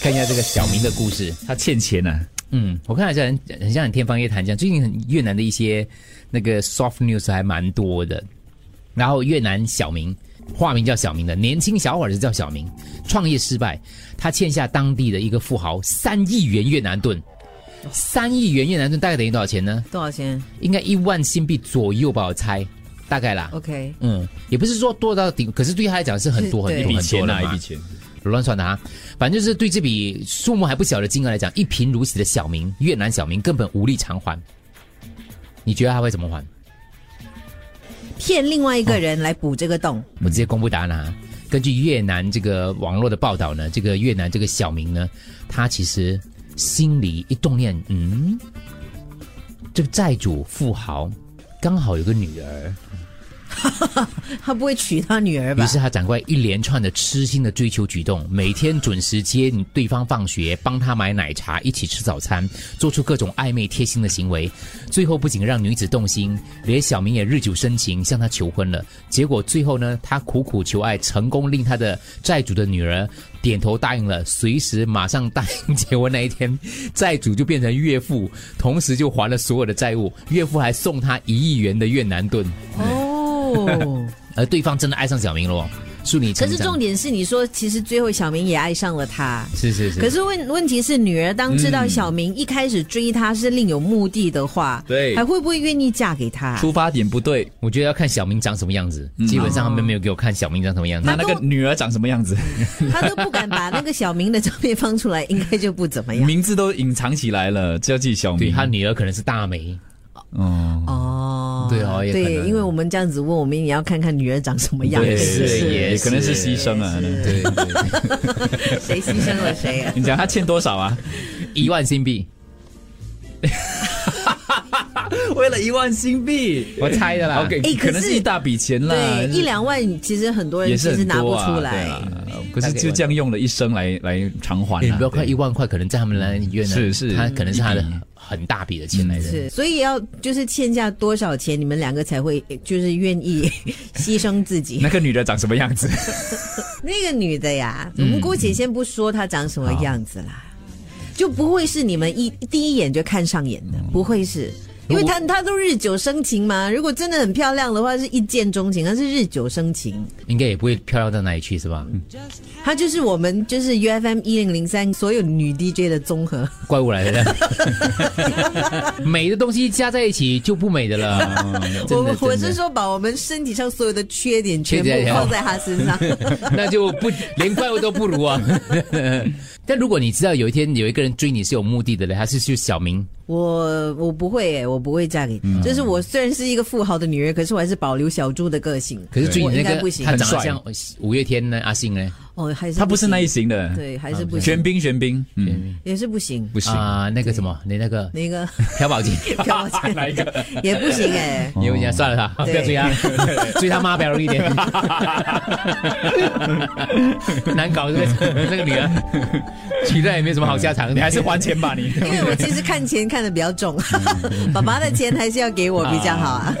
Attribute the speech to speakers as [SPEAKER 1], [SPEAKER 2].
[SPEAKER 1] 看一下这个小明的故事。
[SPEAKER 2] 他欠钱呢、啊。
[SPEAKER 1] 嗯，我看了一下，很很像很天方夜谭这样。最近很越南的一些那个 soft news 还蛮多的。然后越南小明，化名叫小明的年轻小伙子叫小明，创业失败，他欠下当地的一个富豪三亿元越南盾。三亿元越南盾大概等于多少钱呢？
[SPEAKER 3] 多少钱
[SPEAKER 1] 应该一万新币左右吧，我猜，大概啦。
[SPEAKER 3] ？OK，
[SPEAKER 1] 嗯，也不是说多到顶，可是对他来讲是很多
[SPEAKER 3] 是
[SPEAKER 1] 很
[SPEAKER 3] 对
[SPEAKER 1] 多
[SPEAKER 2] 一笔
[SPEAKER 1] 很多
[SPEAKER 2] 钱
[SPEAKER 1] 了
[SPEAKER 2] 啊，一
[SPEAKER 1] 嘛
[SPEAKER 2] 笔钱。
[SPEAKER 1] 乱算的啊，反正就是对这笔数目还不小的金额来讲，一贫如洗的小明，越南小明根本无力偿还。你觉得他会怎么还？
[SPEAKER 3] 骗另外一个人来补这 个洞，
[SPEAKER 1] 我直接公布答案啦、啊。根据越南这个网络的报道呢，这个越南这个小明呢，他其实心里一动念，嗯，这个债主富豪刚好有个女儿，
[SPEAKER 3] 他不会娶他女儿吧
[SPEAKER 1] 于？是他展开一连串的痴心的追求举动，每天准时接你对方放学，帮他买奶茶，一起吃早餐，做出各种暧昧贴心的行为。最后不仅让女子动心，连小明也日久生情，向她求婚了。结果最后呢，他苦苦求爱，成功令他的债主的女儿点头答应了，随时马上答应结婚那一天，债主就变成岳父，同时就还了所有的债务，岳父还送他一亿元的越南盾，
[SPEAKER 3] 哦，
[SPEAKER 1] 而对方真的爱上小明了哦。祝你
[SPEAKER 3] 可
[SPEAKER 1] 成
[SPEAKER 3] 是
[SPEAKER 1] 长
[SPEAKER 3] 重点是，你说其实最后小明也爱上了他。
[SPEAKER 1] 是是是，
[SPEAKER 3] 可是问问题是，女儿当知道小明一开始追她是另有目的的话，
[SPEAKER 2] 对
[SPEAKER 3] 还会不会愿意嫁给他？
[SPEAKER 2] 出发点不对，
[SPEAKER 1] 我觉得要看小明长什么样子。基本上他们没有给我看小明长什么样子。
[SPEAKER 2] 那
[SPEAKER 3] 都
[SPEAKER 2] 那个女儿长什么样子，
[SPEAKER 3] 他都不敢把那个小明的照片放出来，应该就不怎 么样。
[SPEAKER 2] 名字都隐藏起来了，叫自己小
[SPEAKER 1] 对
[SPEAKER 2] 明。
[SPEAKER 1] 他女儿可能是大梅，
[SPEAKER 2] 嗯，
[SPEAKER 3] 哦，
[SPEAKER 1] 对哦也可
[SPEAKER 3] 对，
[SPEAKER 1] 能
[SPEAKER 3] 因为我们这样子问，我们也要看看女儿长什么样
[SPEAKER 2] 对
[SPEAKER 3] 子，
[SPEAKER 1] 是也
[SPEAKER 2] 也
[SPEAKER 1] 是
[SPEAKER 2] 可能是牺牲啊。
[SPEAKER 3] 是
[SPEAKER 1] 对，
[SPEAKER 3] 谁牺牲了谁啊？
[SPEAKER 2] 你讲他欠多少啊？
[SPEAKER 1] 一万新币，
[SPEAKER 2] 为了一万新币
[SPEAKER 1] 我猜的啦。
[SPEAKER 2] ，OK，
[SPEAKER 3] 哎可是
[SPEAKER 2] 可能是一大笔钱啦，
[SPEAKER 3] 对，一两万其实很多人
[SPEAKER 2] 也
[SPEAKER 3] 其
[SPEAKER 2] 是
[SPEAKER 3] 实
[SPEAKER 2] 很
[SPEAKER 3] 拿不
[SPEAKER 2] 多啊
[SPEAKER 3] 出
[SPEAKER 2] 对
[SPEAKER 3] 来。
[SPEAKER 2] 啊可是就这样用了一生来来偿还
[SPEAKER 1] 你
[SPEAKER 2] 啊，
[SPEAKER 1] 哎不要看
[SPEAKER 2] 对
[SPEAKER 1] 一万块，可能在他们来越南
[SPEAKER 2] 是是
[SPEAKER 1] 他可能是他的
[SPEAKER 2] 一笔
[SPEAKER 1] 很大笔的钱来的。
[SPEAKER 3] 嗯是，所以要就是欠下多少钱，你们两个才会就是愿意 牺牲自己
[SPEAKER 2] 那。个女的长什么样 子？
[SPEAKER 3] 那个女的呀，
[SPEAKER 2] 嗯
[SPEAKER 3] 我们姑且先不说她长什么样子啦，就不会是你们一第一眼就看上眼
[SPEAKER 2] 嗯
[SPEAKER 3] 的，不会是。因为她她都日久生情嘛，如果真的很漂亮的话，是一见钟情；她是日久生情，
[SPEAKER 1] 应该也不会漂亮到哪里去，是吧？
[SPEAKER 3] 她就是我们就是 U F M 一零零三所有女 DJ 的综合。
[SPEAKER 1] 怪物来的，美的东西加在一起就不美的了。
[SPEAKER 3] 我
[SPEAKER 1] 真的
[SPEAKER 3] 我
[SPEAKER 1] 真的
[SPEAKER 3] 是说，把我们身体上所有的缺点全
[SPEAKER 1] 缺点
[SPEAKER 3] 部放在她身 上。
[SPEAKER 1] 那就不连怪物都不如啊。但如果你知道有一天有一个人追你是有目的的嘞，他是就小明，
[SPEAKER 3] 我我不会耶、我不会嫁给他。
[SPEAKER 2] 嗯
[SPEAKER 3] 就是我虽然是一个富豪的女人，可是我还是保留小猪的个性。
[SPEAKER 1] 可是追
[SPEAKER 3] 我
[SPEAKER 1] 你那
[SPEAKER 3] 应该
[SPEAKER 1] 个
[SPEAKER 3] 不行
[SPEAKER 1] 他，长
[SPEAKER 2] 很
[SPEAKER 1] 得
[SPEAKER 2] 帅
[SPEAKER 1] 像五月天呢，阿信呢？
[SPEAKER 3] 哦，还是
[SPEAKER 2] 她不是那一
[SPEAKER 3] 行
[SPEAKER 2] 型的，
[SPEAKER 3] 对，还是不行，
[SPEAKER 2] 玄彬玄彬，嗯，
[SPEAKER 3] 也是不行。哦
[SPEAKER 2] 不行，
[SPEAKER 1] 啊、那个什么，你那个
[SPEAKER 3] 那个
[SPEAKER 1] 朴 宝剑，
[SPEAKER 3] 飘起
[SPEAKER 2] 哪一个？
[SPEAKER 3] 也不行 哎、
[SPEAKER 1] 你有讲算了他，不
[SPEAKER 3] 对
[SPEAKER 1] 要追 他，追他妈表一点，难搞这个这个女儿，娶了也没什么好下场，
[SPEAKER 2] 你还是还钱吧你。
[SPEAKER 3] 因为我
[SPEAKER 2] 嗯
[SPEAKER 3] 其实看钱看的比较重，爸爸的钱还是要给我比较好啊。